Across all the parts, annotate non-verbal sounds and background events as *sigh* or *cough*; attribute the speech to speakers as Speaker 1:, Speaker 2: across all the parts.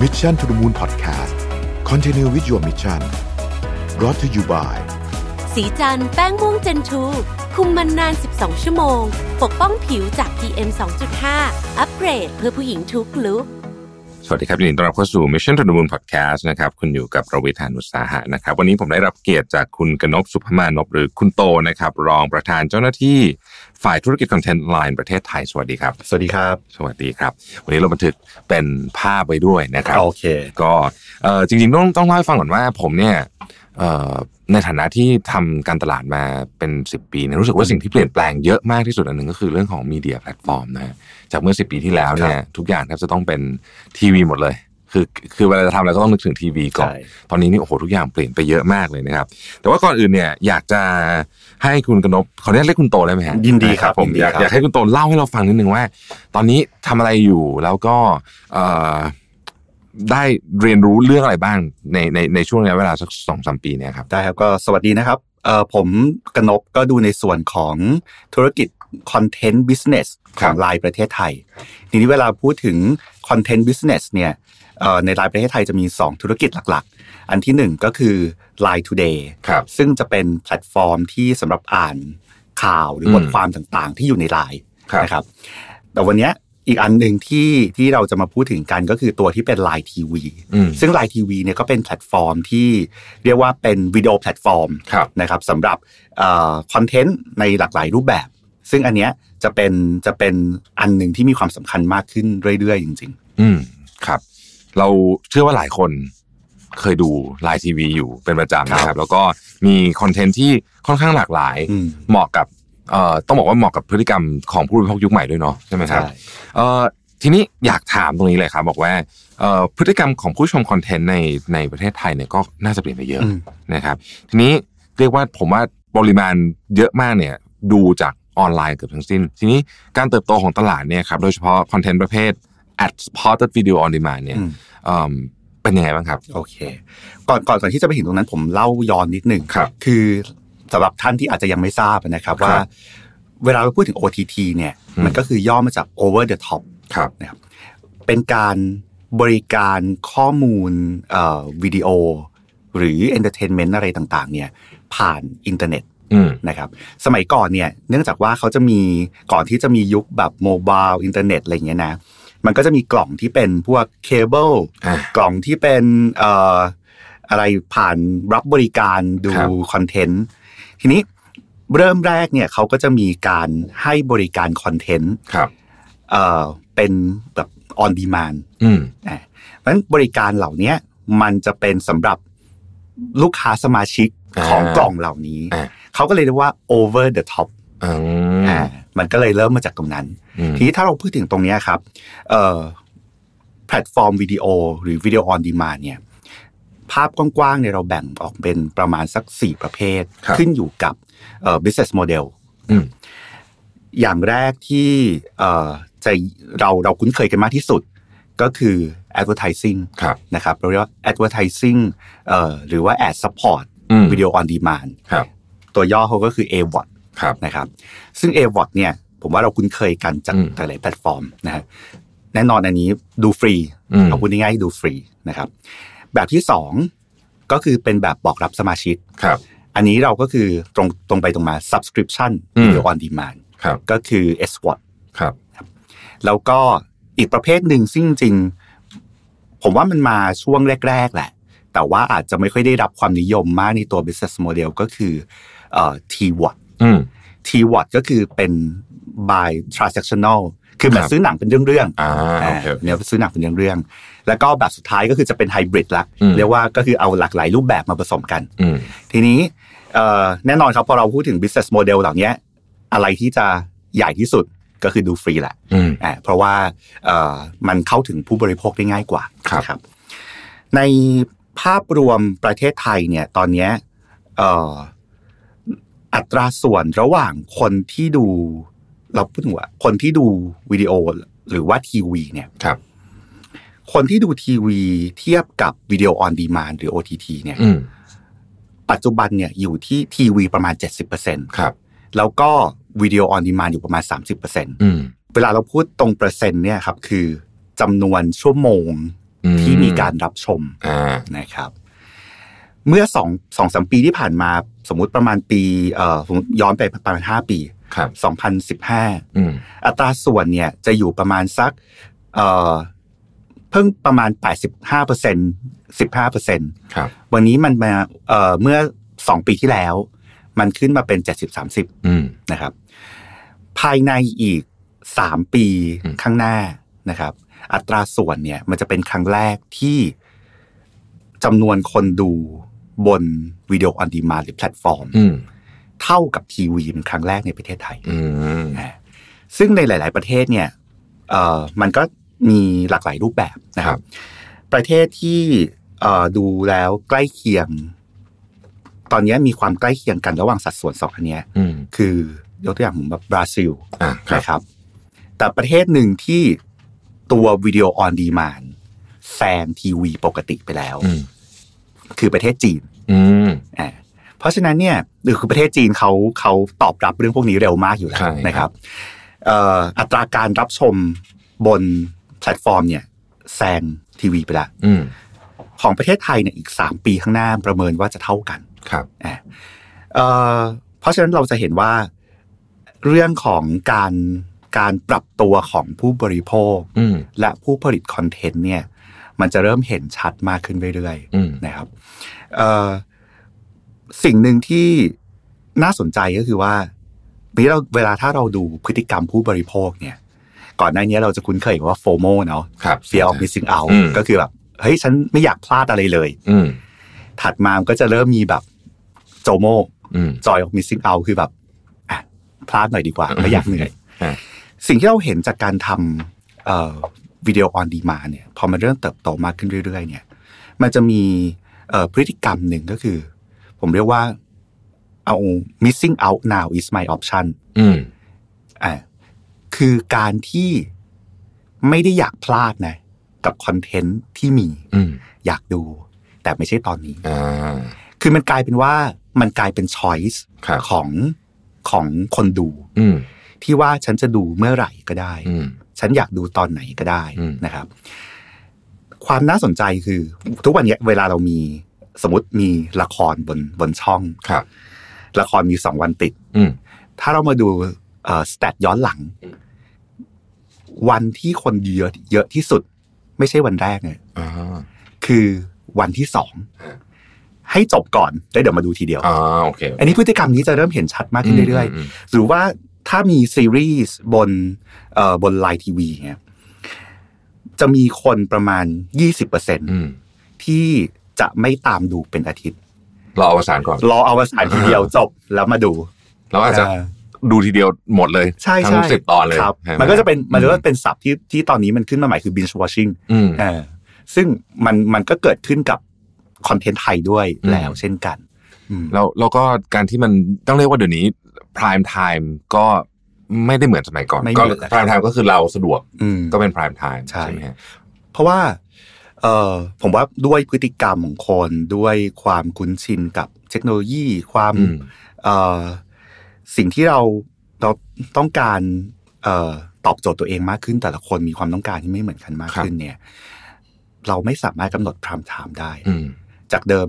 Speaker 1: Mission to the Moon Podcast Continue with your mission brought to you by
Speaker 2: สีจันแป้งม่วงเจนทูคุมมันนาน 12 ชั่วโมง ปกป้องผิวจาก PM 2.5 อัปเกรดเพื่อผู้หญิงทุกลุก
Speaker 3: สวัสดีครับยินดีต้อนรับเข้าสู่ Mission to the Moon Podcast นะครับคุณอยู่กับประวิทยานุสาหะนะครับวันนี้ผมได้รับเกียรติจากคุณกนกสุภมานพหรือคุณโตนะครับรองประธานเจ้าหน้าที่ฝ่ายธุรกิจคอนเทนต์ไลน์ประเทศไทย สวัสดีครับ
Speaker 4: สวัสดีครับ
Speaker 3: สวัสดีครับ วันนี้เราบันทึกเป็นภาพไว้ด้วยนะครับ
Speaker 4: โอเค
Speaker 3: ก็เอ่อจริงๆต้องต้องเล่าให้ฟังก่อนว่าผมเนี่ยเอ่อในฐานะที่ทำการตลาดมาเป็น 10 ปีเนี่ยรู้สึกว่าสิ่งที่เปลี่ยนแปลงเยอะมากที่สุดอันหนึ่งก็คือเรื่องของมีเดียแพลตฟอร์มนะฮะจากเมื่อ 10 ปีที่แล้วเนี่ยทุกอย่างแทบจะต้องเป็นทีวีหมดเลย คือคือเวลาจะทำอะไรก็ต้องนึกถึงทีวีก่อน
Speaker 4: ใช่
Speaker 3: ตอนนี้นี่โอ้โหทุกอย่างเปลี่ยนไปเยอะมากเลยนะครับ แต่ว่าก่อนอื่นเนี่ยอยากจะให้คุณกนพขออนุญาตเรียกคุณโตได้ไหมฮะ
Speaker 4: ยินดีครับ
Speaker 3: ผม
Speaker 4: ยินดี
Speaker 3: อยาก
Speaker 4: ครับ
Speaker 3: อยากให้คุณโตเล่าให้เราฟังนิดนึงว่า ตอนนี้ทำอะไรอยู่แล้วก็เอ่อได้เรียนรู้เรื่องอะไรบ้างในในในช่วงระยะเวลาสักสองสามปีเนี่ยครับ
Speaker 4: ได้ครับก็สวัสดีนะครับเอ่อผมกนกก็ดูในส่วนของธุรกิจคอนเทนต์บิสเนส
Speaker 3: ค
Speaker 4: ข
Speaker 3: รับ
Speaker 4: องไลน์ประเทศไทย ทีนี้เวลาพูดถึงคอนเทนต์บิสเนสเนี่ยเอ่อในไลน์ประเทศไทยจะมี 2 ธุรกิจหลักๆ อันทีหนึ่1 ก็คือ Line Today
Speaker 3: ครับ
Speaker 4: ซึ่งจะเป็นแพลตฟอร์มที่สำหรับอ่านข่าวหรือ
Speaker 3: ม
Speaker 4: บทความต่างๆ ที่อยู่ในไลน์
Speaker 3: ครับ
Speaker 4: นะครับแต่วันเนี้ยอีกอันหนึ่งที่ที่เราจะมาพูดถึงกันก็คือตัวที่เป็น Line TV
Speaker 3: อืม
Speaker 4: ซึ่ง Line TV เนี่ยก็เป็นแพลตฟอร์มที่เรียกว่าเป็นวิดีโอแพลตฟอร์ม
Speaker 3: ครับ
Speaker 4: นะครับสำหรับคอนเทนต์ในหลากหลายรูปแบบ ซึ่งอันเนี้ยจะเป็นจะเป็นอันหนึ่งที่มีความสำคัญมากขึ้นเรื่อยๆ จริง
Speaker 3: อืมครับ เราเชื่อว่าหลายคนเคยดูไลน์ทีวีอยู่เป็นประจำนะค
Speaker 4: ครั
Speaker 3: รับ
Speaker 4: บ
Speaker 3: แล้วก็มีคอนเทนต์ที่ค่อนข้างหลากหลาย
Speaker 4: ๆ อืม
Speaker 3: เหมาะกับเอ่อต้องบอกว่าเหมาะกับพฤติกรรมของผู้บริโภคยุคใหม่ด้วยเนาะใช่ไหมค
Speaker 4: ใช่
Speaker 3: รับ เอ่อทีนี้อยากถามตรงนี้เลยครับ บอกว่าเอ่อพฤติกรรมของผู้ชมคอนเทนต์ในในประเทศไทยเนี่ยก็น่าจะเปลี่ยนไปเยอะ
Speaker 4: อืม
Speaker 3: นะครับ ทีนี้เรียกว่าผมว่าปริมาณเยอะมากเนี่ยดูจากออนไลน์เกือบทั้งสิ้น ทีนี้การเติบโตของตลาดเนี่ยครับโดยเฉพาะคอนเทนต์ประเภท ad supported video on demand เนี่ย
Speaker 4: อืม
Speaker 3: เอิ่มเป็นยังไงบ้างครับ
Speaker 4: โอเค ก่อนก่อนก่อนที่จะไปถึงตรงนั้นผมเล่าย้อนนิดหนึ่ง
Speaker 3: ครับ
Speaker 4: คือสำหรับท่านที่อาจจะยังไม่ทราบนะครับ
Speaker 3: ครับ
Speaker 4: ว่า เวลาเราพูดถึง OTT เนี่ย
Speaker 3: อืม
Speaker 4: มันก็คือย่อมาจาก over the top
Speaker 3: ครับ
Speaker 4: นะครับเป็นการบริการข้อมูลเอ่อวิดีโอ หรือ entertainment อะไรต่างๆเนี่ยผ่านอินเทอร์เน็ต
Speaker 3: อืม
Speaker 4: นะครับสมัยก่อนเนี่ยเนื่องจากว่าเขาจะมีก่อนที่จะมียุคแบบโมบายอินเทอร์เน็ตอะไรอย่างเงี้ยนะมันก็จะมีกล่องที่เป็นพวกเคเบิล
Speaker 3: อ่า
Speaker 4: กล่องที่เป็นเอ่ออะไรผ่านรับบริการดู
Speaker 3: ครับ
Speaker 4: คอนเทนต์ทีนี้เริ่มแรกเนี่ยเขาก็จะมีการให้บริการคอนเทนต์
Speaker 3: ครับ
Speaker 4: เอ่อเป็นแบบออนดีมาน
Speaker 3: อืม
Speaker 4: เพราะฉะนั้นบริการเหล่าเนี้ยมันจะเป็นสำหรับลูกค้าสมาชิกของกล่องเหล่านี้
Speaker 3: อ่า
Speaker 4: เขาก็เลยเรียกว่า over the top
Speaker 3: อืม
Speaker 4: อ่ามันก็เลยเริ่มมาจากตรงนั้น
Speaker 3: อืม
Speaker 4: ทีนี้ถ้าเราพูดถึงตรงเนี้ยครับเอ่อแพลตฟอร์มวิดีโอหรือวิดีโอออนดีมาเนี่ยภาพกว้างๆเนี่ยเราแบ่งออกเป็นประมาณสัก 4 ประเภท ขึ้นอยู่กับเอ่อ business model
Speaker 3: อืม
Speaker 4: อย่างแรกที่เอ่อจะเราเราคุ้นเคยกันมากที่สุด ก็คือ advertising
Speaker 3: ครับ
Speaker 4: นะครับเราเรียกว่า advertising เอ่อหรือว่า ad support
Speaker 3: อืม
Speaker 4: video on demand
Speaker 3: ครับ
Speaker 4: ตัวย่อเขาก็คือ AVOD
Speaker 3: ครับ
Speaker 4: นะครับซึ่ง a w o t เนี่ยผมว่าเราคุ้นเคยกันจาก
Speaker 3: อืม
Speaker 4: หลายๆแพลตฟอร์มนะฮะแน่นอนอันนี้ดูฟรี
Speaker 3: อืม
Speaker 4: เอาพูดง่ายๆดูฟรีนะครับแบบที่ 2 ก็คือเป็นแบบบอกรับสมาชิก
Speaker 3: ครับ
Speaker 4: อันนี้เราก็คือตรงตรงไปตรงมา subscription
Speaker 3: อืม
Speaker 4: video on demand
Speaker 3: ครับ
Speaker 4: ก็คือ s w o t
Speaker 3: ครับ
Speaker 4: แล้วก็อีกประเภทหนึ่งซึ่งจริงๆผมว่ามันมาช่วงแรก ๆ แหละ แต่ว่าอาจจะไม่ค่อยได้รับความนิยมมากในตัว business model ก็คือเอ่อ t w o t
Speaker 3: อืม
Speaker 4: ทีวอตก็คือเป็น by transactional คือเหมือ
Speaker 3: คน รับ
Speaker 4: ซื้อหนังเป็นเรื่องๆ
Speaker 3: อ่าโอเค
Speaker 4: อ่าเนี่ยซื้อหนังเป็นเรื่องๆ แล้วก็แบบสุดท้ายก็คือจะเป็นไฮบริดละ
Speaker 3: อืม
Speaker 4: เรียกว่าก็คือเอาหลากหลายรูปแบบมาผสมกัน
Speaker 3: อืม
Speaker 4: ทีนี้เอ่อแน่นอนครับพอเราพูดถึง business model เหล่านี้อะไรที่จะใหญ่ที่สุดก็คือดูฟรีแหละ
Speaker 3: อืม
Speaker 4: อ่าเพราะว่าเอ่อมันเข้าถึงผู้บริโภคได้ง่ายกว่า
Speaker 3: ครับ
Speaker 4: นะในภาพรวมประเทศไทยเนี่ยตอนเนี้ยเอ่อ อัตราส่วนระหว่างคนที่ดู เราพูดถึงว่าคนที่ดูวิดีโอหรือว่าทีวีเนี่ย
Speaker 3: ครับ
Speaker 4: คนที่ดูทีวีเทียบกับวิดีโอออนดีมานหรือ OTT เนี่ย
Speaker 3: อืม
Speaker 4: ปัจจุบันเนี่ยอยู่ที่ทีวีประมาณ 70%
Speaker 3: ครับ
Speaker 4: แล้วก็วิดีโอออนดีมานอยู่ประมาณ
Speaker 3: อืม
Speaker 4: 30%เวลาเราพูดตรงเปอร์เซ็นต์เนี่ยครับคือจำนวนชั่วโมง
Speaker 3: อืม
Speaker 4: ที่ ที่มีการรับชม
Speaker 3: อ่า
Speaker 4: นะครับ เมื่อสองสองสามปีที่ผ่านมาสมมุติประมาณปีเอ่อผมย้อนไปประมาณห้าปี
Speaker 3: ครับ
Speaker 4: สองพันสิบห้า
Speaker 3: อืม
Speaker 4: อัตราส่วนเนี่ยจะอยู่ประมาณสักเอ่อเพิ่งประมาณ 85เปอร์เซ็นสิบห้าเปอร์เซ็น
Speaker 3: ครับ
Speaker 4: วันนี้มันมาเอ่อเมื่อสองปีที่แล้ว มันขึ้นมาเป็น 70
Speaker 3: อืม
Speaker 4: 30นะครับ ภายในอีก 3 ปี
Speaker 3: อืม
Speaker 4: ข้างหน้านะครับ อัตราส่วนเนี่ยมันจะเป็นครั้งแรกที่จำนวนคนดูบนวิดีโอออนดีมาหรือแพลตฟอร์ม
Speaker 3: อืม
Speaker 4: เท่ากับทีวีเป็นครั้งแรกในประเทศไทย
Speaker 3: อืม
Speaker 4: ซึ่งในหลาย ๆ ประเทศเนี่ยเอ่อมันก็มีหลากหลายรูปแบบนะครั
Speaker 3: ครับ บ
Speaker 4: ประเทศที่เอ่อดูแล้วใกล้เคียง ตอนนี้มีความใกล้เคียงกันระหว่างสัดส่วนสองอันเนี้ย
Speaker 3: อืม
Speaker 4: คือยกตัวอย่างผมแบบบราซิล
Speaker 3: อ่าครับ
Speaker 4: นะครับ แต่ประเทศหนึ่งที่ตัววิดีโอออนดีมานแซงทีวีปกติไปแล้ว
Speaker 3: อืม
Speaker 4: คือประเทศจีน
Speaker 3: อืม
Speaker 4: อ่าเพราะฉะนั้นเนี่ยหรือคือประเทศจีนเขาเขาตอบรับเรื่องพวกนี้เร็วมากอยู่แล้ว
Speaker 3: ใช่
Speaker 4: นะครับเอ่ออัตราการรับชมบนแพลตฟอร์มเนี่ยแซงทีวีไปละ
Speaker 3: อืม
Speaker 4: ของประเทศไทยเนี่ยอีก 3 ปีข้างหน้าประเมินว่าจะเท่ากัน
Speaker 3: ครับ
Speaker 4: อ่าเอ่อเพราะฉะนั้นเราจะเห็นว่าเรื่องของการการปรับตัวของผู้บริโภค
Speaker 3: อืม
Speaker 4: และผู้ผลิตคอนเทนต์เนี่ยมันจะเริ่มเห็นชัดมากขึ้นเรื่อยๆ
Speaker 3: อืม
Speaker 4: นะครับเอ่อสิ่งหนึ่งที่น่าสนใจก็คือว่านี้เราเวลาถ้าเราดูพฤติกรรมผู้บริโภคเนี่ย ก่อนหน้านี้เราจะคุ้นเคยกับว่าโฟโมเนาะ
Speaker 3: ครับ
Speaker 4: fear of missing out
Speaker 3: อืม
Speaker 4: ก็คือแบบ เฮ้ย ฉันไม่อยากพลาดอะไรเลย
Speaker 3: อืม
Speaker 4: ถัดมามันก็จะเริ่มมีแบบโจโม
Speaker 3: อืม
Speaker 4: joy of missing out คือแบบอ่ะพลาดหน่อยดีกว่าไม่อยากเหนื่อย
Speaker 3: อ่า
Speaker 4: สิ่งที่เราเห็นจากการทำเอ่อวิดีโอออนดีมาเนี่ยพอมันเริ่มเติบโตมากขึ้นเรื่อย ๆ เนี่ย มันจะมีเอ่อพฤติกรรมหนึ่งก็คือ ผมเรียกว่าเอา missing out now is my option
Speaker 3: อืม
Speaker 4: อ่าคือการที่ไม่ได้อยากพลาดนะ กับคอนเทนต์ที่มี
Speaker 3: อืม
Speaker 4: อยากดู แต่ไม่ใช่ตอนนี้
Speaker 3: อ่า
Speaker 4: คือมันกลายเป็นว่ามันกลายเป็น choice
Speaker 3: ครับ
Speaker 4: ของของคนดู
Speaker 3: อืม
Speaker 4: ที่ว่าฉันจะดูเมื่อไหร่ก็ได้
Speaker 3: อืม
Speaker 4: ฉันอยากดูตอนไหนก็ได้
Speaker 3: อืม
Speaker 4: นะครับ ความน่าสนใจคือ ทุกวันเนี้ยเวลาเรามีสมมติมีละครบนบนช่อง
Speaker 3: ครับ
Speaker 4: ละครมีสองวันติด
Speaker 3: อืม
Speaker 4: ถ้าเรามาดูสแตทย้อนหลัง
Speaker 3: อืม
Speaker 4: วันที่คนเยอะเยอะที่สุด ไม่ใช่วันแรกเนี่ย
Speaker 3: อ่า
Speaker 4: คือวันที่สอง
Speaker 3: ฮะ
Speaker 4: ให้จบก่อนแล้วเดี๋ยวมาดูทีเดียว
Speaker 3: อ่าโอเค
Speaker 4: อันนี้พฤติกรรมนี้จะเริ่มเห็นชัดมากขึ้นเรื่อย
Speaker 3: ม
Speaker 4: ๆ
Speaker 3: ม
Speaker 4: หรือว่าถ้ามีซีรีส์บนเอ่อบนไลน์ทีวีเนี่ยจะมีคนประมาณ
Speaker 3: อื
Speaker 4: 20%
Speaker 3: ม
Speaker 4: ที่จะไม่ตามดูเป็นอาทิตย์
Speaker 3: เราเอาอวสานก่อน
Speaker 4: รอเอาวสานทีเดียวจบแล้วมาดู
Speaker 3: เราอาจจะ
Speaker 4: เออ
Speaker 3: ดูทีเดียวหมดเลย
Speaker 4: ใช่
Speaker 3: ทั้
Speaker 4: ใช่
Speaker 3: งสิบตอนเลย
Speaker 4: ครับ
Speaker 3: ใช่ไห
Speaker 4: มันก็จะเป็นมันก็เป็นศัพท์ที่ที่ตอนนี้มันขึ้นมาใหม่คือ binge watching
Speaker 3: อืม
Speaker 4: เออซึ่งมันมันก็เกิดขึ้นกับคอนเทนต์ไทยด้วย
Speaker 3: อืม
Speaker 4: แล้วเช่นกันอืม
Speaker 3: แล้วแล้วก็การที่มันต้องเรียกว่าเดี๋ยวนี้ prime time ก็ไม่ได้เหมือนสมัยก่อนก็ prime time ก็คือเราสะดวก
Speaker 4: อืม
Speaker 3: ก็เป็น prime time
Speaker 4: ใช่
Speaker 3: ใช่ไหมฮะ
Speaker 4: เพราะว่าเออผมว่าด้วยพฤติกรรมของคนด้วยความคุ้นชินกับเทคโนโลยีความ
Speaker 3: อืม
Speaker 4: เออสิ่งที่เราเราต้องการเออตอบโจทย์ตัวเองมากขึ้น แต่ละคนมีความต้องการที่ไม่เหมือนกันมาก
Speaker 3: ครับ
Speaker 4: ขึ้นเนี่ย เราไม่สามารถกำหนดพรามไทม์ได้
Speaker 3: อืม
Speaker 4: จากเดิม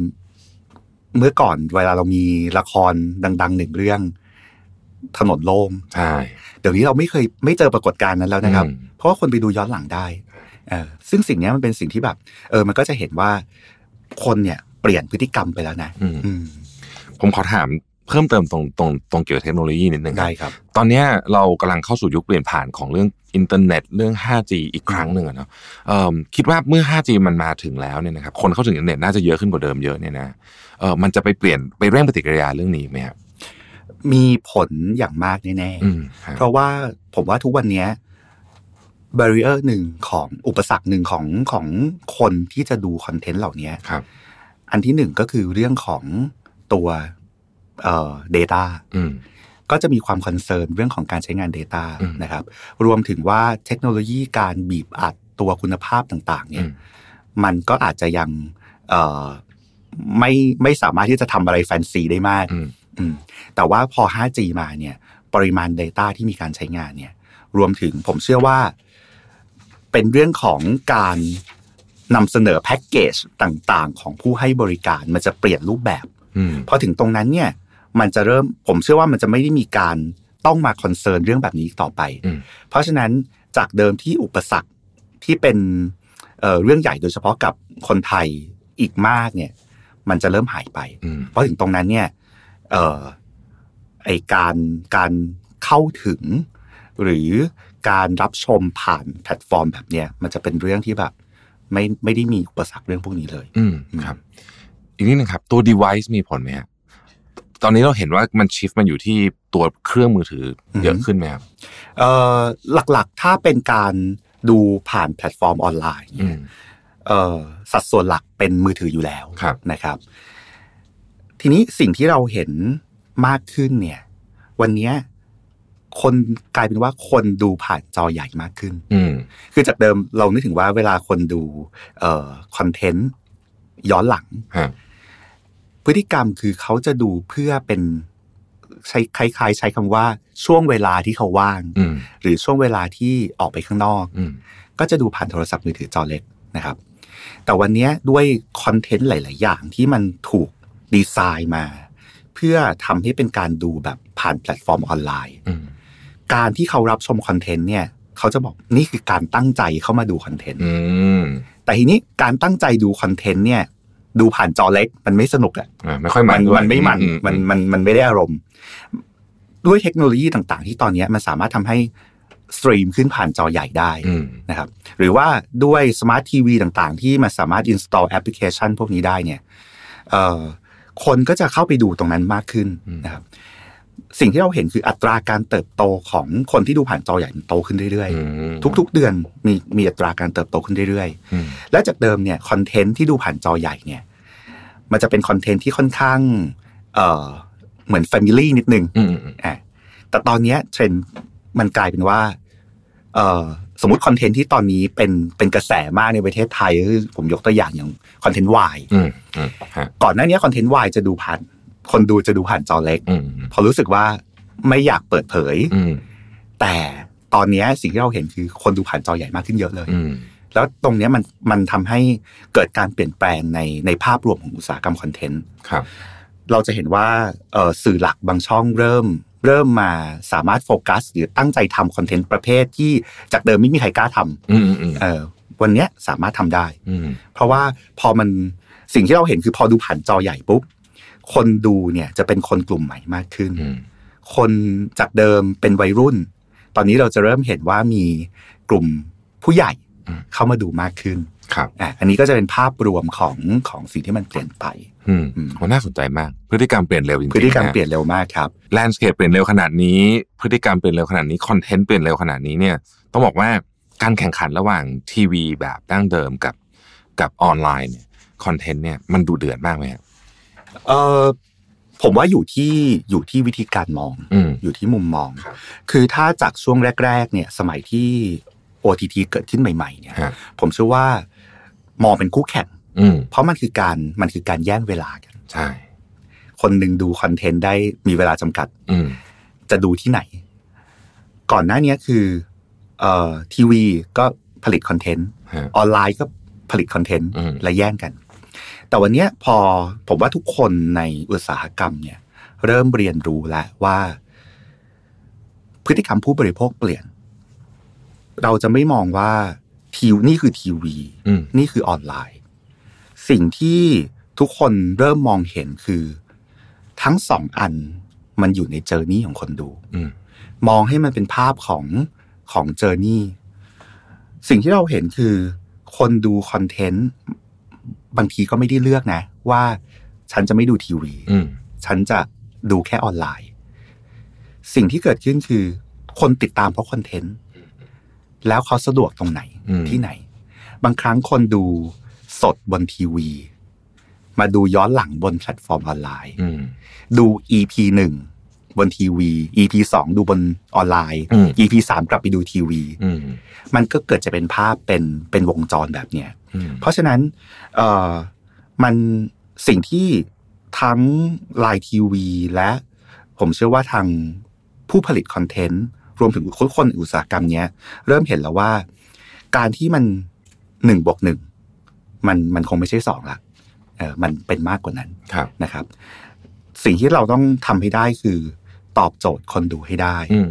Speaker 4: เมื่อก่อนเวลาเรามีละครดังๆหนึ่งเรื่อง ถนนโล่ง
Speaker 3: ใช่
Speaker 4: เดี๋ยวนี้เราไม่เคยไม่เจอปรากฏการณ์นั้นแล้วนะครับ
Speaker 3: อืม
Speaker 4: เพราะว่าคนไปดูย้อนหลังได้เออซึ่งสิ่งเนี้ยมันเป็นสิ่งที่แบบ เออ มันก็จะเห็นว่าคนเนี่ยเปลี่ยนพฤติกรรมไปแล้วนะ
Speaker 3: อืม
Speaker 4: อืม
Speaker 3: ผมขอถามเพิ่มเติมตรงตรงตรงเกี่ยวกับเทคโนโลยีนิดนึง
Speaker 4: ได้ครับ
Speaker 3: ตอนเนี้ยเรากำลังเข้าสู่ยุคเปลี่ยนผ่านของเรื่องอินเทอร์เน็ตเรื่อง 5G อีกครั้งหนึ่งอะเนาะเอิ่มคิดว่าเมื่อ 5G มันมาถึงแล้วเนี่ยนะครับคนเข้าถึงอินเทอร์เน็ตน่าจะเยอะขึ้นกว่าเดิมเยอะเนี่ยนะเออมันจะไปเปลี่ยนไปเร่งปฏิกิริยาเรื่องนี้ไหมครับ
Speaker 4: มีผลอย่างมากแน่
Speaker 3: อืมค
Speaker 4: ๆ เพ
Speaker 3: รับ
Speaker 4: ราะว่าผมว่าทุกวันเนี้ยบริเออร์หนึ่งของอุปสรรคหนึ่งของของคนที่จะดูคอนเทนต์เหล่านี้
Speaker 3: ครับ
Speaker 4: อันที่หนึ่งก็คือเรื่องของตัวเอ่อ Data
Speaker 3: อืม
Speaker 4: ก็จะมีความคอนเซิร์นเรื่องของการใช้งาน Data
Speaker 3: อืม
Speaker 4: นะครับ รวมถึงว่าเทคโนโลยีการบีบอัดตัวคุณภาพต่างๆ เนี่
Speaker 3: อื
Speaker 4: ย
Speaker 3: ม
Speaker 4: มันก็อาจจะยังเอ่อไม่ไม่สามารถที่จะทำอะไรแฟนซีได้มาก
Speaker 3: อืม
Speaker 4: อืมแต่ว่าพอ 5G มาเนี่ย ปริมาณ Data ที่มีการใช้งานเนี่ย รวมถึงผมเชื่อว่า เป็นเรื่องของการ นำเสนอแพ็กเกจต่างๆ ของผู้ให้บริการมันจะเปลี่ยนรูปแบบ
Speaker 3: อืม
Speaker 4: พอถึงตรงนั้นเนี่ยมันจะเริ่มผมเชื่อว่ามันจะไม่ได้มีการต้องมาคอนเซิร์นเรื่องแบบนี้อีกต่อไป
Speaker 3: อืม
Speaker 4: เพราะฉะนั้นจากเดิมที่อุปสรรคที่เป็นเอ่อเรื่องใหญ่โดยเฉพาะกับคนไทยอีกมากเนี่ยมันจะเริ่มหายไป
Speaker 3: อืม
Speaker 4: เพราะถึงตรงนั้นเนี่ยเอ่อไอการการเข้าถึง หรือการรับชมผ่านแพลตฟอร์มแบบเนี้ยมันจะเป็นเรื่องที่แบบไม่ไม่ได้มีอุปสรรคเรื่องพวกนี้เลย
Speaker 3: อืมครับ อีกนิดนึงครับ ตัว device มีผลไหมฮะตอนนี้เราเห็นว่ามันชิฟมันอยู่ที่ตัวเครื่องมือถือเยอะขึ้นไหมครับ
Speaker 4: เอ่อหลักๆถ้าเป็นการดูผ่านแพลตฟอร์มออนไลน์
Speaker 3: อื
Speaker 4: เนี่ย
Speaker 3: ม
Speaker 4: เอ่อสัดส่วนหลักเป็นมือถืออยู่แล้ว
Speaker 3: ครับ
Speaker 4: นะครับ ทีนี้สิ่งที่เราเห็นมากขึ้นเนี่ย วันเนี้ยคนกลายเป็นว่าคนดูผ่านจอใหญ่มากขึ้น
Speaker 3: อืม
Speaker 4: คือจากเดิมเรานึกถึงว่าเวลาคนดูเอ่อคอนเทนต์ย้อนหลัง
Speaker 3: ฮะ
Speaker 4: พฤติกรรมคือเขาจะดูเพื่อเป็นใช้คล้ายๆ ใช้คำว่าช่วงเวลาที่เขาว่าง
Speaker 3: อืม
Speaker 4: หรือช่วงเวลาที่ออกไปข้างนอก
Speaker 3: อืม
Speaker 4: ก็จะดูผ่านโทรศัพท์มือถือจอเล็กนะครับ แต่วันเนี้ยด้วยคอนเทนต์หลาย ๆ อย่างที่มันถูกดีไซน์มา เพื่อทำให้เป็นการดูแบบผ่านแพลตฟอร์มออนไลน์
Speaker 3: อืม
Speaker 4: การที่เขารับชมคอนเทนต์เนี่ยเขาจะบอกนี่คือการตั้งใจเข้ามาดูคอนเทนต์
Speaker 3: อืม
Speaker 4: แต่ทีนี้การตั้งใจดูคอนเทนต์เนี่ย ดูผ่านจอเล็กมันไม่สนุกอะ
Speaker 3: อ่าไม่ค่อยมั
Speaker 4: มัน
Speaker 3: ด้วย
Speaker 4: มันไม่มัน
Speaker 3: อื
Speaker 4: มันมันมันไม่ได้อารมณ์ ด้วยเทคโนโลยีต่างๆ ที่ตอนเนี้ยมันสามารถทำให้สตรีมขึ้นผ่านจอใหญ่ได้
Speaker 3: อืม
Speaker 4: นะครับ หรือว่าด้วยสมาร์ททีวีต่างๆ ที่มันสามารถ install แอปพลิเคชันพวกนี้ได้เนี่ยเอ่อคนก็จะเข้าไปดูตรงนั้นมากขึ้น
Speaker 3: อืม
Speaker 4: นะครับ สิ่งที่เราเห็นคืออัตราการเติบโตของคนที่ดูผ่านจอใหญ่มันโตขึ้นเรื่อย
Speaker 3: อืม
Speaker 4: ๆ ทุก ๆ เดือนมีมีอัตราการเติบโตขึ้นเรื่อยๆ
Speaker 3: อืม
Speaker 4: และจากเดิมเนี่ยคอนเทนต์ที่ดูผ่านจอใหญ่เนี่ยมันจะเป็นคอนเทนต์ที่ค่อนข้างเอ่อเหมือนแฟมิลี่นิดนึง
Speaker 3: อืมอืม
Speaker 4: อ่ะแต่ตอนเนี้ยเทรนด์มันกลายเป็นว่าเอ่อสมมติคอนเทนต์ที่ตอนนี้เป็นเป็นกระแสมากในประเทศไทยก็คือผมยกตัวอย่างอย่างคอนเทนต์วาย
Speaker 3: อืมอืมฮะ
Speaker 4: ก่อนหน้าเนี้คอนเทนต์วายจะดูผ่าน คนดูจะดูผ่านจอเล็ก
Speaker 3: อืม
Speaker 4: เพอรู้สึกว่าไม่อยากเปิดเผย
Speaker 3: อืม
Speaker 4: แต่ตอนเนี้ยสิ่งที่เราเห็นคือคนดูผ่านจอใหญ่มากขึ้นเยอะเลย
Speaker 3: อืม
Speaker 4: แล้วตรงเนี้ยมันมันทำให้เกิดการเปลี่ยนแปลงในในภาพรวมของอุตสาหกรรมคอนเทนต์
Speaker 3: ครับ
Speaker 4: เราจะเห็นว่าเอ่อสื่อหลักบางช่องเริ่ม เริ่มมาสามารถโฟกัส หรือตั้งใจทำคอนเทนต์ประเภทที่จากเดิมไม่มีใครกล้าท
Speaker 3: อืมอืมอืม
Speaker 4: ำเอ่อวันเนี้ยสามารถทำได้
Speaker 3: อืม
Speaker 4: เพราะว่าพอมันสิ่งที่เราเห็นคือพอดูผ่านจอใหญ่ปุ๊บ คนดูเนี่ยจะเป็นคนกลุ่มใหม่มากขึ้น
Speaker 3: อืม
Speaker 4: คนจากเดิมเป็นวัยรุ่น ตอนนี้เราจะเริ่มเห็นว่ามีกลุ่มผู้ใหญ่เข้ามาดูมากขึ้น
Speaker 3: ครับ
Speaker 4: อ่ะอันนี้ก็จะเป็นภาพรวมของของสิ่งที่มันเปลี่ยนไป
Speaker 3: อืม
Speaker 4: อืม
Speaker 3: โหน่าสนใจมาก พฤติกรรมเปลี่ยนเร็วจริงๆ
Speaker 4: พฤติกรรม
Speaker 3: ะ
Speaker 4: เปลี่ยนเร็วมากครับ
Speaker 3: แลนด์สเคปเปลี่ยนเร็วขนาดนี้ พฤติกรรมเปลี่ยนเร็วขนาดนี้ คอนเทนต์เปลี่ยนเร็วขนาดนี้เนี่ย ต้องบอกว่าการแข่งขันระหว่างทีวีแบบดั้งเดิมกับกับออนไลน์เนี่ย คอนเทนต์เนี่ยมันดูเดือดมากไหมครับ
Speaker 4: เออผมว่าอยู่ที่อยู่ที่วิธีการมอง
Speaker 3: อืม
Speaker 4: อยู่ที่มุมมอง
Speaker 3: ครับ
Speaker 4: คือถ้าจากช่วงแรก ๆ เนี่ยสมัยที่ OTT เกิดขึ้นใหม่ ๆ เนี่ย
Speaker 3: ฮะ
Speaker 4: ผมเชื่อว่ามองเป็นคู่แข่ง
Speaker 3: อืม
Speaker 4: เพราะมันคือการมันคือการแย่งเวลากัน
Speaker 3: ใช่
Speaker 4: คนหนึ่งดูคอนเทนต์ได้มีเวลาจำกัด
Speaker 3: อืม
Speaker 4: จะดูที่ไหน ก่อนหน้าเนี้ยคือเอ่อทีวีก็ผลิตคอนเทนต์
Speaker 3: ฮะ
Speaker 4: ออนไลน์ก็ผลิตคอนเทนต์
Speaker 3: อืม
Speaker 4: และแย่งกัน แต่วันเนี้ยพอผมว่าทุกคนในอุตสาหกรรมเนี่ย เริ่มเรียนรู้แล้วว่า พฤติกรรมผู้บริโภคเปลี่ยน เราจะไม่มองว่าทีวนี่คือทีวี
Speaker 3: อืม
Speaker 4: นี่คือออนไลน์ สิ่งที่ทุกคนเริ่มมองเห็นคือ ทั้งสองอันมันอยู่ในเจอร์นี่ของคนดู
Speaker 3: อืม
Speaker 4: มองให้มันเป็นภาพของของเจอร์นี่สิ่งที่เราเห็นคือ คนดูคอนเทนต์บางทีก็ไม่ได้เลือกนะ ว่าฉันจะไม่ดูทีวี
Speaker 3: อืม
Speaker 4: ฉันจะดูแค่ออนไลน์ สิ่งที่เกิดขึ้นคือ คนติดตามเพราะคอนเทนต์ แล้วเขาสะดวกตรงไหน
Speaker 3: อืม
Speaker 4: ที่ไหน บางครั้งคนดูสดบนทีวี มาดูย้อนหลังบนแพลตฟอร์มออนไลน์
Speaker 3: อืม
Speaker 4: ดู EP หนึ่งบนทีวี EP สองดูบนออนไลน์
Speaker 3: อืม
Speaker 4: EP สามกลับไปดูทีวี
Speaker 3: อืม
Speaker 4: มันก็เกิดจะเป็นภาพเป็นเป็นวงจรแบบเนี้ย
Speaker 3: อืม
Speaker 4: เพราะฉะนั้นเอ่อมันสิ่งที่ทั้งไลน์ทีวีและผมเชื่อว่าทางผู้ผลิตคอนเทนต์รวมถึงคนคนอุตสาหกรรมเนี้ย เริ่มเห็นแล้วว่า การที่มันหนึ่งบวกหนึ่ง มันมันคงไม่ใช่สองละเออมันเป็นมากกว่านั้น
Speaker 3: ครับ
Speaker 4: นะครับ สิ่งที่เราต้องทำให้ได้คือตอบโจทย์คนดูให้ได้
Speaker 3: อืม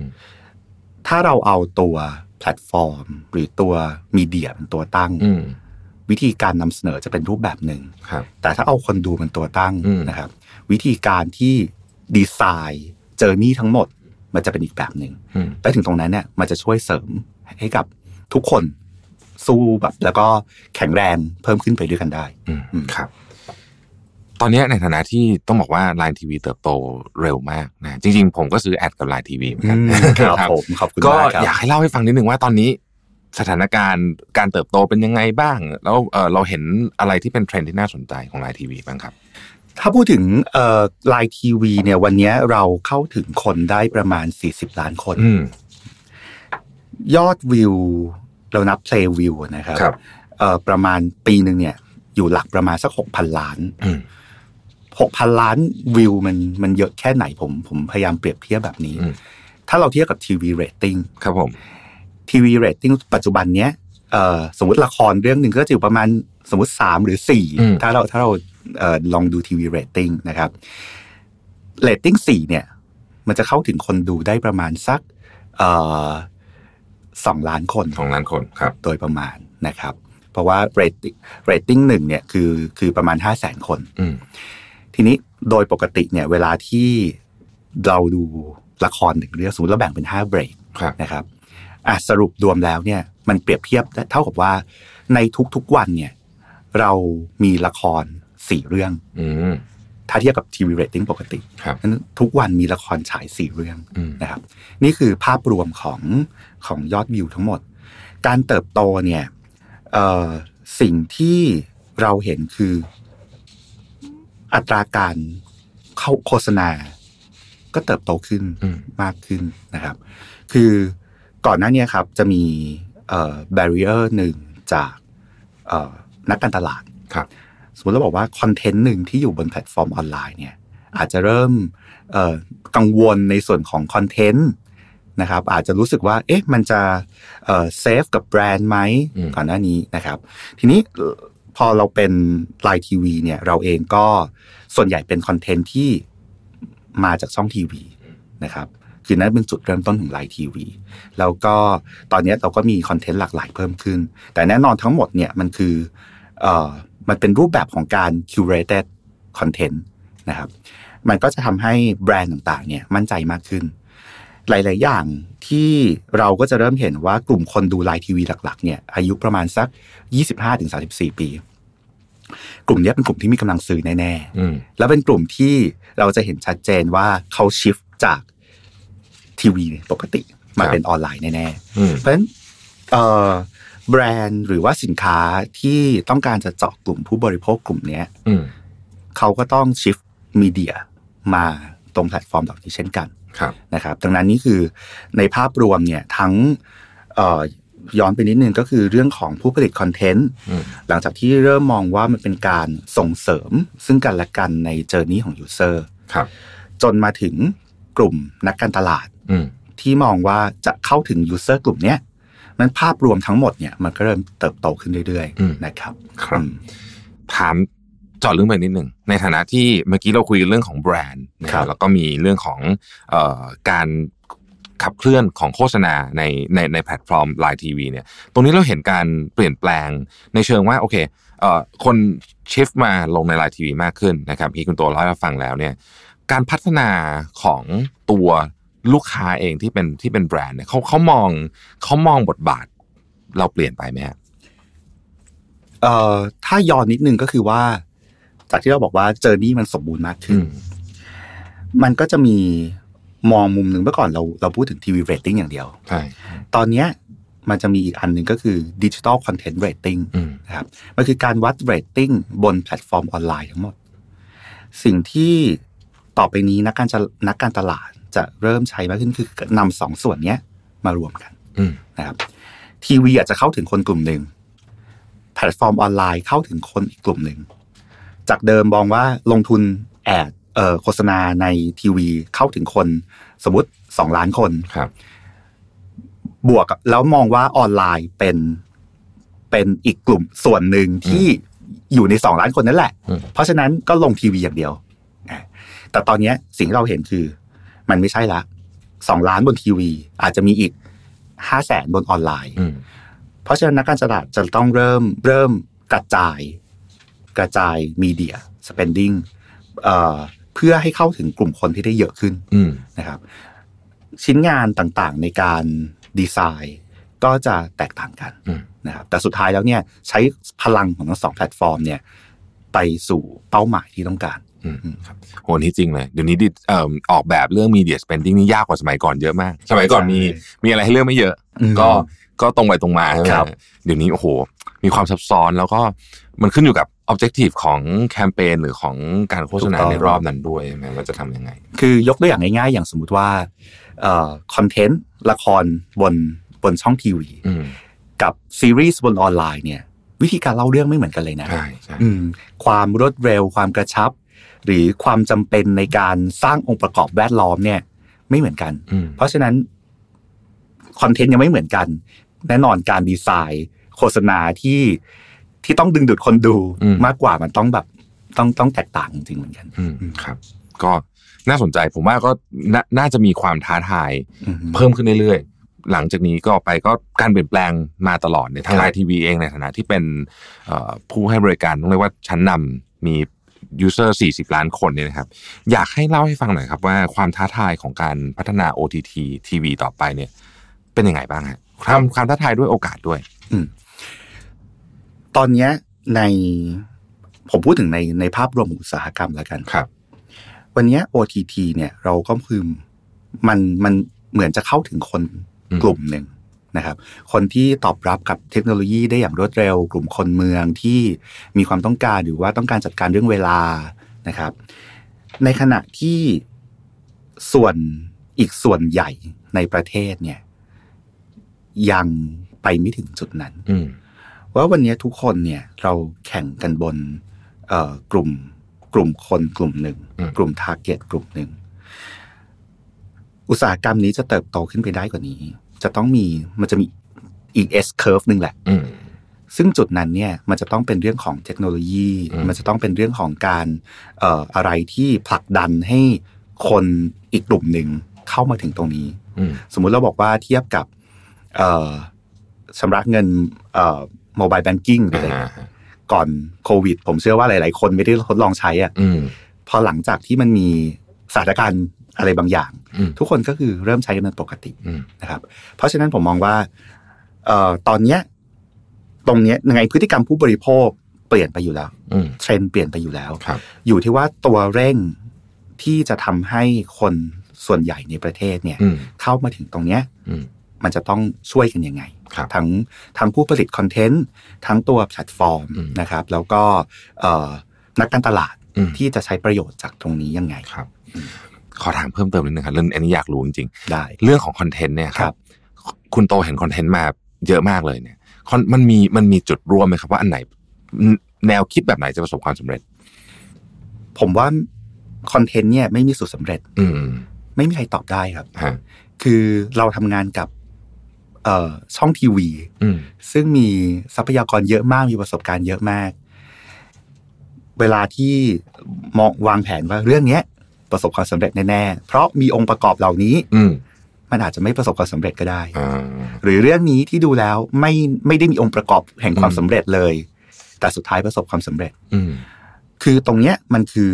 Speaker 4: ถ้าเราเอาตัวแพลตฟอร์ม หรือตัวมีเดียเป็นตัวตั้ง
Speaker 3: อืม
Speaker 4: วิธีการนำเสนอจะเป็นรูปแบบหนึ่ง
Speaker 3: ครับ
Speaker 4: แต่ถ้าเอาคนดูเป็นตัวตั้ง
Speaker 3: อืม
Speaker 4: นะครับ วิธีการที่ดีไซน์เจอร์นี่ทั้งหมด มันจะเป็นอีกแบบหนึ่ง
Speaker 3: อืม
Speaker 4: แต่ถึงตรงนั้นเนี่ยมันจะช่วยเสริมให้กับทุกคนสู้แบบ แล้วก็แข็งแรงเพิ่มขึ้นไปด้วยกันได้
Speaker 3: อืมครับ ตอนเนี้ยในฐานะที่ต้องบอกว่าไลน์ทีวีเติบโตเร็วมากนะจริง ๆ ผมก็ซื้อแอดกับไลน์ทีวีเหมือนกัน
Speaker 4: ครับ
Speaker 3: ครับ
Speaker 4: ผมขอบคุณ
Speaker 3: ก็
Speaker 4: มากครับ
Speaker 3: อยากให้เล่าให้ฟังนิดนึงว่าตอนนี้สถานการณ์การเติบโตเป็นยังไงบ้าง แล้วเอ่อเราเห็นอะไรที่เป็นเทรนด์ที่น่าสนใจของไลน์ทีวีบ้างครับ
Speaker 4: ถ้าพูดถึงไลน์ทีวีเนี่ยวันนี้เราเข้าถึงคนได้ประมาณ 40 ล้านคน
Speaker 3: อืม
Speaker 4: ยอดวิว เรานับเพลย์วิวนะครับ
Speaker 3: ครับ
Speaker 4: เอ่อประมาณปีหนึ่งเนี่ย อยู่หลักประมาณสักหกพันล้าน
Speaker 3: อืม
Speaker 4: หกพันล้านวิวมันมันเยอะแค่ไหนผม ผมพยายามเปรียบเทียบแบบนี้
Speaker 3: อืม
Speaker 4: ถ้าเราเทียบกับทีวีเรตติ้ง
Speaker 3: ครับผม
Speaker 4: ทีวีเรตติ้งปัจจุบันเนี้ยเอ่อสมมติละครเรื่องหนึ่งก็จะอยู่ประมาณสมมติสามหรือสี่ถ้าเราถ้าเราเอ่อลองดูทีวีเรตติ้งนะครับเรตติ้งสี่เนี่ย มันจะเข้าถึงคนดูได้ประมาณสักเอ่อสองล้านคน
Speaker 3: ของล้านคนครับ
Speaker 4: โดยประมาณนะครับ เพราะว่าเรตติ้งเรตติ้งหนึ่งเนี่ยคือคือประมาณ 5 0 0 0 0 0 คน
Speaker 3: อืม
Speaker 4: ทีนี้โดยปกติเนี่ยเวลาที่เราดูละครหนึ่งเรื่องสมมติเราแบ่งเป็น 5 เบรก
Speaker 3: ครับ
Speaker 4: นะครับอ่ะสรุปรวมแล้วเนี่ยมันเปรียบเทียบได้เท่ากับว่าในทุกๆวันเนี่ยเรามีละคร 4 เรื่อง
Speaker 3: อืม
Speaker 4: ถ้าเทียบกับทีวีเรตติ้งปกติ
Speaker 3: ครับ
Speaker 4: นั้นทุกวันมีละครฉาย 4 เรื่อง
Speaker 3: อืม
Speaker 4: นะครับนี่คือภาพรวมของของยอดวิวทั้งหมด การเติบโตเนี่ยเอ่อสิ่งที่เราเห็นคืออัตราการเข้าโฆษณา ก็เติบโตขึ้น
Speaker 3: อืม
Speaker 4: มากขึ้นนะครับ คือก่อนหน้าเนี้ครับจะมีเอ่อ barrier หนึ่งจากเอ่อนักการตลาด
Speaker 3: ครับ
Speaker 4: สมมติเราบอกว่าคอนเทนต์หนึ่งที่อยู่บนแพลตฟอร์มออนไลน์เนี่ยอาจจะเริ่มเอ่อกังวลในส่วนของคอนเทนต์นะครับอาจจะรู้สึกว่าเอ๊ะมันจะเอ่อเซฟกับแบรนด์ไหม
Speaker 3: อืม
Speaker 4: ก่อนหน้านี้นะครับ ทีนี้เอ่อพอเราเป็นไลน์ทีวีเนี่ยเราเองก็ส่วนใหญ่เป็นคอนเทนต์ที่มาจากช่องทีวีนะครับคือนั้นเป็นจุดเริ่มต้นของไลน์ทีวีแล้วก็ตอนเนี้ยเราก็มีคอนเทนต์หลากหลายเพิ่มขึ้น แต่แน่นอนทั้งหมดเนี่ยมันคือ เอ่อมันเป็นรูปแบบของการ curated content นะครับ มันก็จะทำให้แบรนด์ต่างๆ เนี่ยมั่นใจมากขึ้น หลาย ๆ อย่างที่เราก็จะเริ่มเห็นว่ากลุ่มคนดูไลน์ทีวีหลัก ๆ เนี่ยอายุประมาณสัก 25-34 ปี กลุ่มเนี้ยเป็นกลุ่มที่มีกำลังซื้อแน่
Speaker 3: อืม
Speaker 4: ๆ แล้วเป็นกลุ่มที่เราจะเห็นชัดเจนว่าเขาชิฟจากทีวีปกติมา
Speaker 3: ครับ
Speaker 4: เป็นออนไลน์แน่ ๆ
Speaker 3: อืม
Speaker 4: เพราะฉะนั้นเอ่อแบรนด์หรือว่าสินค้าที่ต้องการจะเจาะกลุ่มผู้บริโภคกลุ่มเนี้ย
Speaker 3: อืม
Speaker 4: เขาก็ต้องชิฟมีเดียมาตรงแพลตฟอร์มเหล่านี้เช่นกัน
Speaker 3: ครับ
Speaker 4: นะครับดังนั้นนี่คือในภาพรวมเนี่ยทั้งเอ่อย้อนไปนิดนึงก็คือเรื่องของผู้ผลิตคอนเทนต์
Speaker 3: อืม
Speaker 4: หลังจากที่เริ่มมองว่ามันเป็นการส่งเสริมซึ่งกันและกันในเจอร์นี้ของยูเซอร์
Speaker 3: ครับ
Speaker 4: จนมาถึงกลุ่มนักการตลาด
Speaker 3: อืม
Speaker 4: ที่มองว่าจะเข้าถึงยูเซอร์กลุ่มเนี้ยนั้นภาพรวมทั้งหมดเนี่ยมันก็เริ่มเติบโตขึ้นเรื่อย
Speaker 3: อืม
Speaker 4: ๆนะครับ
Speaker 3: ครับ
Speaker 4: อืม
Speaker 3: ถามเจาะลึกไปนิดหนึ่งในฐานะที่เมื่อกี้เราคุยเรื่องของแบรนด์นะค
Speaker 4: ครั
Speaker 3: รับบ แล้วก็มีเรื่องของเอ่อการขับเคลื่อนของโฆษณาในในในแพลตฟอร์มไลน์ทีวีเนี่ยตรงนี้เราเห็นการเปลี่ยนแปลงในเชิงว่าโอเคเอ่อคนชิฟมาลงในไลน์ทีวีมากขึ้นนะครับที่คุณตัวเล่าให้ฟังแล้วเนี่ยการพัฒนาของตัวลูกค้าเองที่เป็นที่เป็นแบรนด์เนี่ยเขาเขามองเขามองบทบาทเราเปลี่ยนไปไหมฮะ
Speaker 4: เอ่อถ้าย้อนนิดนึงก็คือว่า จากที่เราบอกว่าเจอร์นี่มันสมบูรณ์มากขึ้น มันก็จะมีมองมุมหนึ่งเมื่อก่อนเราเราพูดถึงทีวีเรตติ้งอย่างเดียว
Speaker 3: ใช่
Speaker 4: ตอนเนี้ยมันจะมีอีกอันหนึ่งก็คือดิจิ t a ลคอนเทนต์เรตติ้ง
Speaker 3: อืม
Speaker 4: นะครับมันคือการวัดเรตติ้งบนแพลตฟอร์มออนไลน์ทั้งหมด สิ่งที่ต่อไปนี้นักการจะนักการตลาดจะเริ่มใช้มากขึ้นคือนำสองส่วนเนี้ยมารวมกัน
Speaker 3: อืม
Speaker 4: นะครับทีวีอาจจะเข้าถึงคนกลุ่มหนึ่งแพลตฟอร์มออนไลน์เข้าถึงคนอีกกลุ่มหนึ่ง จากเดิมมองว่าลงทุนแอดเอ่อโฆษณาในทีวีเข้าถึงคนสมมติ 2 ล้านคน
Speaker 3: ครับ
Speaker 4: บวกกับแล้วมองว่าออนไลน์เป็นเป็นอีกกลุ่มส่วนหนึ่งที่ อยู่ในสองล้านคนนั่นแหละ
Speaker 3: อืม
Speaker 4: เพราะฉะนั้นก็ลงทีวีอย่างเดียวอ่ะแต่ตอนเนี้ยสิ่งที่เราเห็นคือ มันไม่ใช่ละสองล้านบนทีวี อาจจะมีอีกห้าแสนบนออนไลน์
Speaker 3: อืม
Speaker 4: เพราะฉะนั้นนักการตลาดจะต้องเริ่มเริ่มกระจาย กระจายมีเดีย spending เอ่อเพื่อให้เข้าถึงกลุ่มคนที่ได้เยอะขึ้น
Speaker 3: อืม
Speaker 4: นะครับชิ้นงานต่างๆในการดีไซน์ก็จะแตกต่างกัน
Speaker 3: อืม
Speaker 4: นะครับแต่สุดท้ายแล้วเนี่ยใช้พลังของทั้งสองแพลตฟอร์มเนี่ยไปสู่เป้าหมายที่ต้องการ
Speaker 3: อืมครับโหนี่จริงเลยเดี๋ยวนี้ดิเอ่อออกแบบเรื่อง media spending นี่ยากกว่าสมัยก่อนเยอะมาก สมัยก่อนมี
Speaker 4: ใช่
Speaker 3: มีอะไรให้เลือกไม่เยอะ
Speaker 4: อืม
Speaker 3: ก็ก็ตรงไปตรงมาใช่ไหม
Speaker 4: ครับ
Speaker 3: เดี๋ยวนี้โอ้โห มีความซับซ้อนแล้วก็มันขึ้นอยู่กับ objective ของแคมเปญหรือของการโฆษณาในรอบนั้นด้วยใช่ไหมว่าจะทำยังไง
Speaker 4: คือยกตัวอย่างง่ายๆ อย่างสมมุติว่าคอนเทนต์ละครบนบนช่องทีวี
Speaker 3: อืม
Speaker 4: กับซีรีส์บนออนไลน์เนี่ยวิธีการเล่าเรื่องไม่เหมือนกันเลยนะ
Speaker 3: ใช่ใช่
Speaker 4: อืมความรวดเร็วความกระชับ หรือความจำเป็นในการสร้างองค์ประกอบแวดล้อมเนี่ยไม่เหมือนกัน
Speaker 3: อืม
Speaker 4: เพราะฉะนั้นคอนเทนต์ยังไม่เหมือนกัน แน่นอนการดีไซน์ โฆษณาที่ที่ต้องดึงดูดคนดูมากกว่ามันต้องแบบต้องต้องแตกต่างจริงๆเหมือนกัน
Speaker 3: อืมครับ ก็น่าสนใจผมว่าก็น่าน่าจะมีความท้าทาย
Speaker 4: อืม
Speaker 3: เพิ่มขึ้นเรื่อยๆ หลังจากนี้ก็ไปก็การเปลี่ยนแปลงมาตลอดในทาง
Speaker 4: ครับ
Speaker 3: ไลน์ทีวีเองในฐานะที่เป็นเอ่อผู้ให้บริการต้องเรียกว่าชั้นนำมียูเซอร์40 ล้านคนเนี่ยนะครับ อยากให้เล่าให้ฟังหน่อยครับว่าความท้าทายของการพัฒนา OTT ทีวีต่อไปเนี่ย เป็นยังไงบ้างฮะความความท้าทายด้วยโอกาสด้วย
Speaker 4: ตอนเนี้ยในผมพูดถึงในในภาพรวมของอุตสาหกรรมแล้วกัน
Speaker 3: ครับ
Speaker 4: วันเนี้ย OTT เนี่ยเราก็คือมันมันเหมือนจะเข้าถึงคน
Speaker 3: อืม
Speaker 4: กลุ่มหนึ่งนะครับ คนที่ตอบรับกับเทคโนโลยีได้อย่างรวดเร็ว กลุ่มคนเมืองที่มีความต้องการหรือว่าต้องการจัดการเรื่องเวลานะครับ ในขณะที่ส่วนอีกส่วนใหญ่ในประเทศเนี่ยยังไปไม่ถึงจุดนั้น
Speaker 3: อืม
Speaker 4: ว่าวันนี้ทุกคนเนี่ยเราแข่งกันบนเอ่อกลุ่มกลุ่มคนกลุ่มหนึ่ง
Speaker 3: อืม
Speaker 4: กลุ่มทาร์เก็ตกลุ่มหนึ่ง อุตสาหกรรมนี้จะเติบโตขึ้นไปได้กว่านี้ จะต้องมีมันจะมีอีก S curve หนึ่งแหละ
Speaker 3: อืม
Speaker 4: ซึ่งจุดนั้นเนี่ยมันจะต้องเป็นเรื่องของเทคโนโลยี
Speaker 3: อืม
Speaker 4: มันจะต้องเป็นเรื่องของการเอ่ออะไรที่ผลักดันให้คนอีกกลุ่มหนึ่งเข้ามาถึงตรงนี้
Speaker 3: อืม
Speaker 4: สมมุติเราบอกว่าเทียบกับเอ่อชำระเงินโมบายแบงกิ้งหรืออะไร
Speaker 3: อ่าฮะ
Speaker 4: ก่อนโควิด ผมเชื่อว่าหลาย ๆ คนไม่ได้ทดลองใช้อะ
Speaker 3: อืม
Speaker 4: พอหลังจากที่มันมีสถานการณ์อะไรบางอย่าง
Speaker 3: อืม
Speaker 4: ทุกคนก็คือเริ่มใช้กันเป็นปกติ
Speaker 3: อืม
Speaker 4: นะครับ เพราะฉะนั้นผมมองว่าเอ่อตอนเนี้ยตรงเนี้ยยังไงพฤติกรรมผู้บริโภคเปลี่ยนไปอยู่แล้ว
Speaker 3: อืม
Speaker 4: เทรนด์เปลี่ยนไปอยู่แล้ว
Speaker 3: ครับ
Speaker 4: อยู่ที่ว่าตัวเร่งที่จะทำให้คนส่วนใหญ่ในประเทศเนี่ย
Speaker 3: อืม
Speaker 4: เข้ามาถึงตรงเนี้ย
Speaker 3: อืม
Speaker 4: มันจะต้องช่วยกันยังไง
Speaker 3: ครับ
Speaker 4: ทั้งทั้งผู้ผลิตคอนเทนต์ ทั้งตัวแพลตฟอร์ม
Speaker 3: อืม
Speaker 4: นะครับ แล้วก็เอ่อนักการตลาด
Speaker 3: อืม
Speaker 4: ที่จะใช้ประโยชน์จากตรงนี้ยังไง
Speaker 3: ครับ ขอถามเพิ่มเติมนิดนึงครับเรื่องอันนี้อยากรู้จริงๆ
Speaker 4: ได้
Speaker 3: เรื่องของคอนเทนต์เนี่ยครับ คุณโตเห็นคอนเทนต์มาเยอะมากเลยเนี่ยคอนมันมีมันมีจุดร่วมไหมครับว่าอันไหนแนวคิดแบบไหนจะประสบความสำเร็จ
Speaker 4: ผมว่าคอนเทนต์เนี่ยไม่มีสูตรสำเร็จ
Speaker 3: อืม
Speaker 4: ไม่มีใครตอบได้ครับ
Speaker 3: ฮะ
Speaker 4: คือเราทำงานกับเอ่อช่องทีวี
Speaker 3: อืม
Speaker 4: ซึ่งมีทรัพยากรเยอะมากมีประสบการณ์เยอะมาก เวลาที่มองวางแผนว่าเรื่องเนี้ย ประสบความสำเร็จแน่ๆเพราะมีองค์ประกอบเหล่านี้
Speaker 3: อืม
Speaker 4: มันอาจจะไม่ประสบความสำเร็จก็ได้
Speaker 3: อ่า
Speaker 4: หรือเรื่องนี้ที่ดูแล้วไม่ไม่ได้มีองค์ประกอบแห่งความ
Speaker 3: อืม
Speaker 4: สำเร็จเลย แต่สุดท้ายประสบความสำเร็จ
Speaker 3: อืม
Speaker 4: คือตรงเนี้ยมันคือ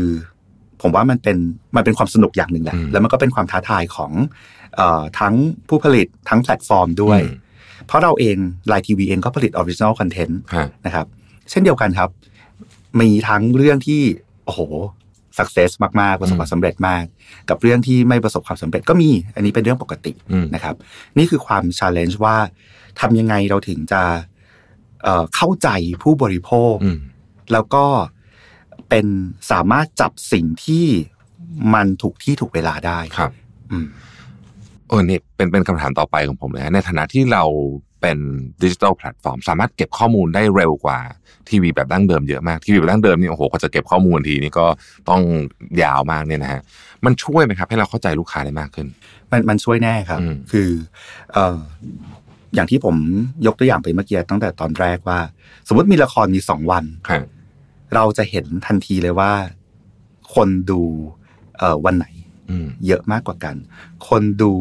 Speaker 4: ผมว่ามันเป็นมันเป็นความสนุกอย่างหนึ่งแหละ
Speaker 3: อืม
Speaker 4: แล้วมันก็เป็นความท้าทายของเออทั้งผู้ผลิตทั้งแพลตฟอร์มด้วย
Speaker 3: อืม
Speaker 4: เพราะเราเองไลน์ทีวีเองก็ผลิตออริจินอลคอนเทนต์
Speaker 3: ฮะ
Speaker 4: นะครับ เช่นเดียวกันครับ มีทั้งเรื่องที่โอ้โหสักเซสมากๆประสบความสำเร็จมาก กับเรื่องที่ไม่ประสบความสำเร็จก็มี อันนี้เป็นเรื่องปกติ
Speaker 3: อืม
Speaker 4: นะครับนี่คือความชาเลนจ์ว่าทำยังไงเราถึงจะเอ่อเข้าใจผู้บริโภค
Speaker 3: อืม
Speaker 4: แล้วก็เป็นสามารถจับสิ่งที่มันถูกที่ถูกเวลาได้
Speaker 3: ครับ
Speaker 4: อืม
Speaker 3: เออนี่เป็นเป็นคำถามต่อไปของผมเลยฮะในฐานะที่เราเป็นดิจิทัลแพลตฟอร์ม สามารถเก็บข้อมูลได้เร็วกว่าทีวีแบบดั้งเดิมเยอะมากทีวีแบบดั้งเดิมนี่โอ้โหก็จะเก็บข้อมูลทีนี่ก็ต้องยาวมากเนี่ยนะฮะมันช่วยไหมครับ ให้เราเข้าใจลูกค้าได้มากขึ้น
Speaker 4: มันมันช่วยแน่ครับ
Speaker 3: อืม
Speaker 4: คือเอออย่างที่ผมยกตัวอย่างไปเมื่อกี้ตั้งแต่ตอนแรกว่า สมมติมีละครมีสองวัน
Speaker 3: ฮะ
Speaker 4: เราจะเห็นทันทีเลยว่า คนดูเอ่อวันไหน
Speaker 3: อืม
Speaker 4: เยอะมากกว่ากัน คนดู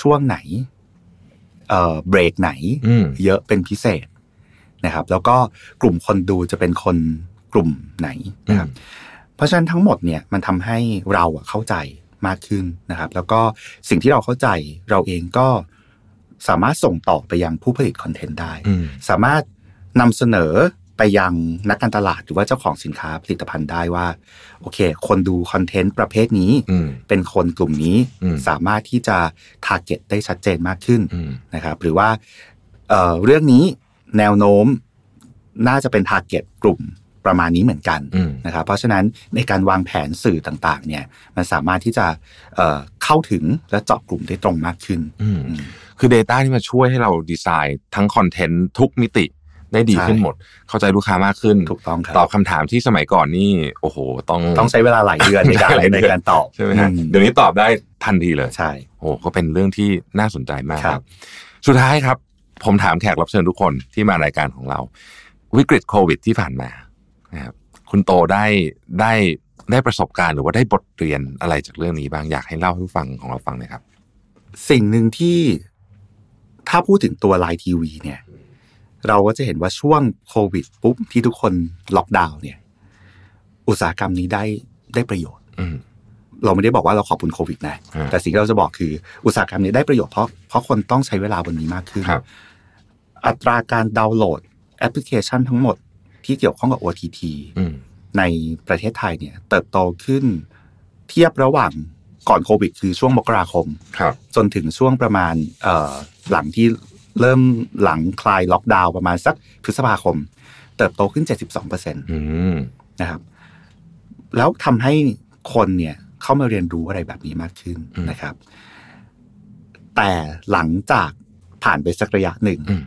Speaker 4: ช่วงไหนเอ่อเบรกไหน
Speaker 3: อืม
Speaker 4: เยอะเป็นพิเศษนะครับ แล้วก็กลุ่มคนดูจะเป็นคนกลุ่มไหนนะครับ เพราะฉะนั้นทั้งหมดเนี่ยมันทำให้เราอะเข้าใจมากขึ้นนะครับ แล้วก็สิ่งที่เราเข้าใจเราเองก็สามารถส่งต่อไปยังผู้ผลิตคอนเทนต์ได้
Speaker 3: อืม
Speaker 4: สามารถนำเสนอไปยังนักการตลาดหรือว่าเจ้าของสินค้าผลิตภัณฑ์ได้ว่า โอเค คนดูคอนเทนต์ประเภทนี้
Speaker 3: อืม
Speaker 4: เป็นคนกลุ่มนี้
Speaker 3: อืม
Speaker 4: สามารถที่จะทาร์เก็ตได้ชัดเจนมากขึ้น
Speaker 3: อืม
Speaker 4: นะครับหรือว่าเอ่อเรื่องนี้แนวโน้มน่าจะเป็นทาร์เก็ตกลุ่มประมาณนี้เหมือนกัน
Speaker 3: อืม
Speaker 4: นะครับเพราะฉะนั้นในการวางแผนสื่อต่างๆเนี่ยมันสามารถที่จะเอ่อเข้าถึงและเจาะกลุ่มได้ตรงมากขึ้น
Speaker 3: อืม
Speaker 4: อืม
Speaker 3: คือ Data ที่มาช่วยให้เราดีไซน์ทั้งคอนเทนต์ทุกมิติได้ดี
Speaker 4: ใช่
Speaker 3: ขึ้นหมด เข้าใจลูกค้ามากขึ้น
Speaker 4: ถูกต้องครับ
Speaker 3: ตอบคำถามที่สมัยก่อนนี่ โอ้โห ต้อง
Speaker 4: ต้องใช้เวลาหลายเดือนใน *laughs* การ
Speaker 3: หลายเดื
Speaker 4: ใน
Speaker 3: อน
Speaker 4: การตอบ
Speaker 3: ใช่ไหมฮะ
Speaker 4: อื
Speaker 3: เดี๋ยวนี้ตอบได้ทันทีเลย
Speaker 4: ใช่
Speaker 3: โอ้ก็เป็นเรื่องที่น่าสนใจมากค
Speaker 4: ครั
Speaker 3: รับ
Speaker 4: บ
Speaker 3: สุดท้ายครับ ผมถามแขกรับเชิญทุกคนที่มารายการของเรา วิกฤตโควิดที่ผ่านมานะครับคุณโตได้ได้ได้ประสบการณ์หรือว่าได้บทเรียนอะไรจากเรื่องนี้บ้างอยากให้เล่าให้ฟังของเราฟังหน่อยครับ
Speaker 4: สิ่งหนึ่งที่ถ้าพูดถึงตัวไลน์ทีวีเนี่ย เราก็จะเห็นว่าช่วงโควิดปุ๊บที่ทุกคนล็อกดาวน์เนี่ย อุตสาหกรรมนี้ได้ได้ประโยชน์
Speaker 3: อืม
Speaker 4: เราไม่ได้บอกว่าเราขอบคุณโควิดนะ
Speaker 3: อ่า
Speaker 4: แต่สิ่งที่เราจะบอกคืออุตสาหกรรมนี้ได้ประโยชน์เพราะเพราะคนต้องใช้เวลาบนนี้มากขึ้น
Speaker 3: ครับ
Speaker 4: อัตราการดาวน์โหลดแอปพลิเคชันทั้งหมดที่เกี่ยวข้องกับ OTT
Speaker 3: อืม
Speaker 4: ในประเทศไทยเนี่ยเติบโตขึ้นเทียบระหว่างก่อนโควิด คือช่วงมกราคม
Speaker 3: ครับ
Speaker 4: จนถึงช่วงประมาณเอ่อหลังที่เริ่มหลังคลายล็อกดาวน์ประมาณสักพฤษภาคม เติบโตขึ้น 72%
Speaker 3: อืม
Speaker 4: นะครับ แล้วทำให้คนเนี่ยเข้ามาเรียนรู้อะไรแบบนี้มากขึ้น
Speaker 3: อืม
Speaker 4: นะครับ แต่หลังจากผ่านไปสักระยะหนึ่ง
Speaker 3: อืม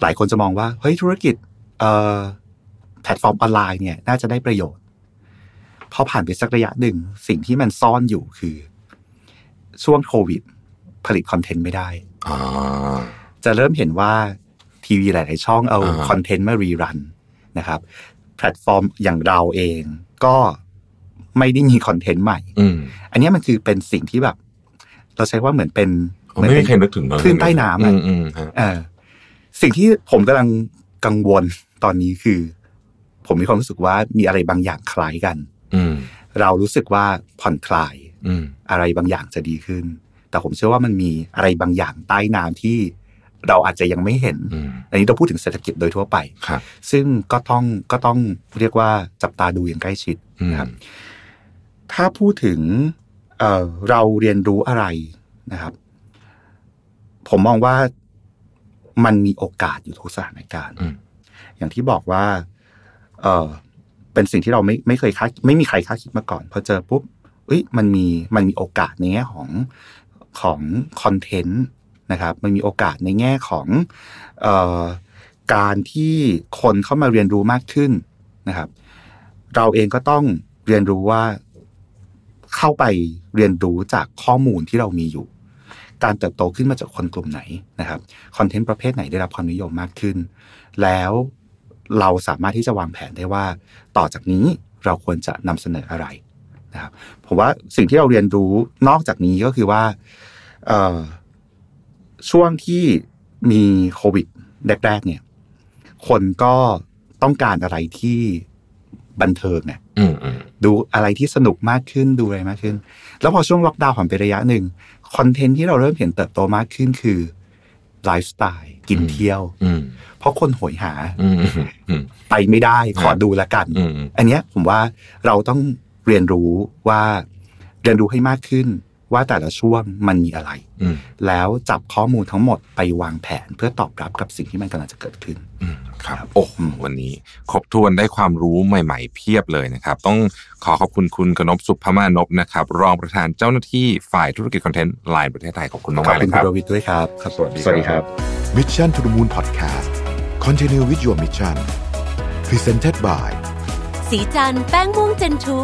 Speaker 4: หลายคนจะมองว่า เฮ้ยธุรกิจเอ่อแพลตฟอร์มออนไลน์เนี่ยน่าจะได้ประโยชน์ พอผ่านไปสักระยะหนึ่ง สิ่งที่มันซ่อนอยู่คือ ช่วงโควิด ผลิตคอนเทนต์ไม่ได้
Speaker 3: อ่า
Speaker 4: จะเริ่มเห็นว่าทีวีหลาย ๆ ช่องเอา
Speaker 3: อ่า
Speaker 4: คอนเทนต์มารีรันนะครับ แพลตฟอร์มอย่างเราเองก็ไม่ได้มีคอนเทนต์ใหม่
Speaker 3: อืม
Speaker 4: อันเนี้ยมันคือเป็นสิ่งที่แบบ เราใช้ว่าเหมือนเป็นเหมื
Speaker 3: ไม่
Speaker 4: นเป็
Speaker 3: มี
Speaker 4: น
Speaker 3: ใครนึกถึงเลย
Speaker 4: คลื่นใต้น้ำ
Speaker 3: อื
Speaker 4: อะ
Speaker 3: มอืมฮะ
Speaker 4: เออสิ่งที่ผมกำลังกังวลตอนนี้คือ ผมมีความรู้สึกว่ามีอะไรบางอย่างคล้ายกัน
Speaker 3: อืม
Speaker 4: เรารู้สึกว่าผ่อนคลาย
Speaker 3: อืม
Speaker 4: อะไรบางอย่างจะดีขึ้น แต่ผมเชื่อว่ามันมีอะไรบางอย่างใต้น้ำที่เราอาจจะยังไม่เห็น
Speaker 3: อืม
Speaker 4: อันนี้เราพูดถึงเศรษฐกิจโดยทั่วไป
Speaker 3: ครับ
Speaker 4: ซึ่งก็ต้องก็ต้องเรียกว่าจับตาดูอย่างใกล้ชิด
Speaker 3: อืม
Speaker 4: นะครับ ถ้าพูดถึงเอ่อเราเรียนรู้อะไรนะครับ ผมมองว่ามันมีโอกาสอยู่ทุกสถานการณ์
Speaker 3: อืม
Speaker 4: อย่างที่บอกว่า เออเป็นสิ่งที่เราไม่ไม่เคยคาดไม่มีใครคาดคิดมาก่อนพอเจอปุ๊บเอ้ยมันมีมันมีโอกาสในแง่ของของคอนเทนต์นะครับ มันมีโอกาสในแง่ของเออการที่คนเข้ามาเรียนรู้มากขึ้นนะครับ เราเองก็ต้องเรียนรู้ว่าเข้าไปเรียนรู้จากข้อมูลที่เรามีอยู่ การเติบโตขึ้นมาจากคนกลุ่มไหนนะครับคอนเทนต์ประเภทไหนได้รับความนิยมมากขึ้น แล้วเราสามารถที่จะวางแผนได้ว่า ต่อจากนี้เราควรจะนำเสนออะไรนะครับผมว่าสิ่งที่เราเรียนรู้นอกจากนี้ก็คือว่าเอ่อช่วงที่มีโควิดแรกๆเนี่ย คนก็ต้องการอะไรที่บันเทิงเนี่ย
Speaker 3: อืมอืม
Speaker 4: ดูอะไรที่สนุกมากขึ้นดูอะไรมากขึ้น แล้วพอช่วงล็อกดาวน์ผ่านไประยะหนึ่งคอนเทนต์ที่เราเริ่มเห็นเติบโตมากขึ้นคือไลฟ์สไตล์กิน
Speaker 3: อืม
Speaker 4: เที่ยว
Speaker 3: อืม
Speaker 4: เพราะคนโหยหา
Speaker 3: อืมอืมอืม
Speaker 4: ไปไม่ได้ขอ
Speaker 3: ครับ
Speaker 4: ดูละกัน
Speaker 3: อืม
Speaker 4: อันเนี้ยผมว่าเราต้องเรียนรู้ว่าเรียนรู้ให้มากขึ้น ว่าแต่ละช่วงมันมีอะไร
Speaker 3: อืม
Speaker 4: แล้วจับข้อมูลทั้งหมดไปวางแผนเพื่อตอบรับกับสิ่งที่มันกำลังจะเกิดขึ้น
Speaker 3: อืมครับโอ้โหวันนี้ครบถ้วนได้ความรู้ใหม่ๆ เพียบเลยนะครับ ต้องขอขอบคุณคุณกนพสุพมานพนะครับ รองประธานเจ้าหน้าที่ฝ่ายธุรกิจคอนเทนต์ไลน์ประเทศไทยขอบคุณมาก
Speaker 4: ขอบ
Speaker 3: ๆเล
Speaker 4: คุ
Speaker 3: ย
Speaker 4: ณ
Speaker 3: ค
Speaker 4: คุ
Speaker 3: รับ
Speaker 4: ณประวิทย์ด้วยครับครับ สวัสดี
Speaker 3: สวัสดีครับ
Speaker 1: Mission to the Moon Podcast Continue with your mission Presented by
Speaker 2: สีจันแป้งม่วงเจนทู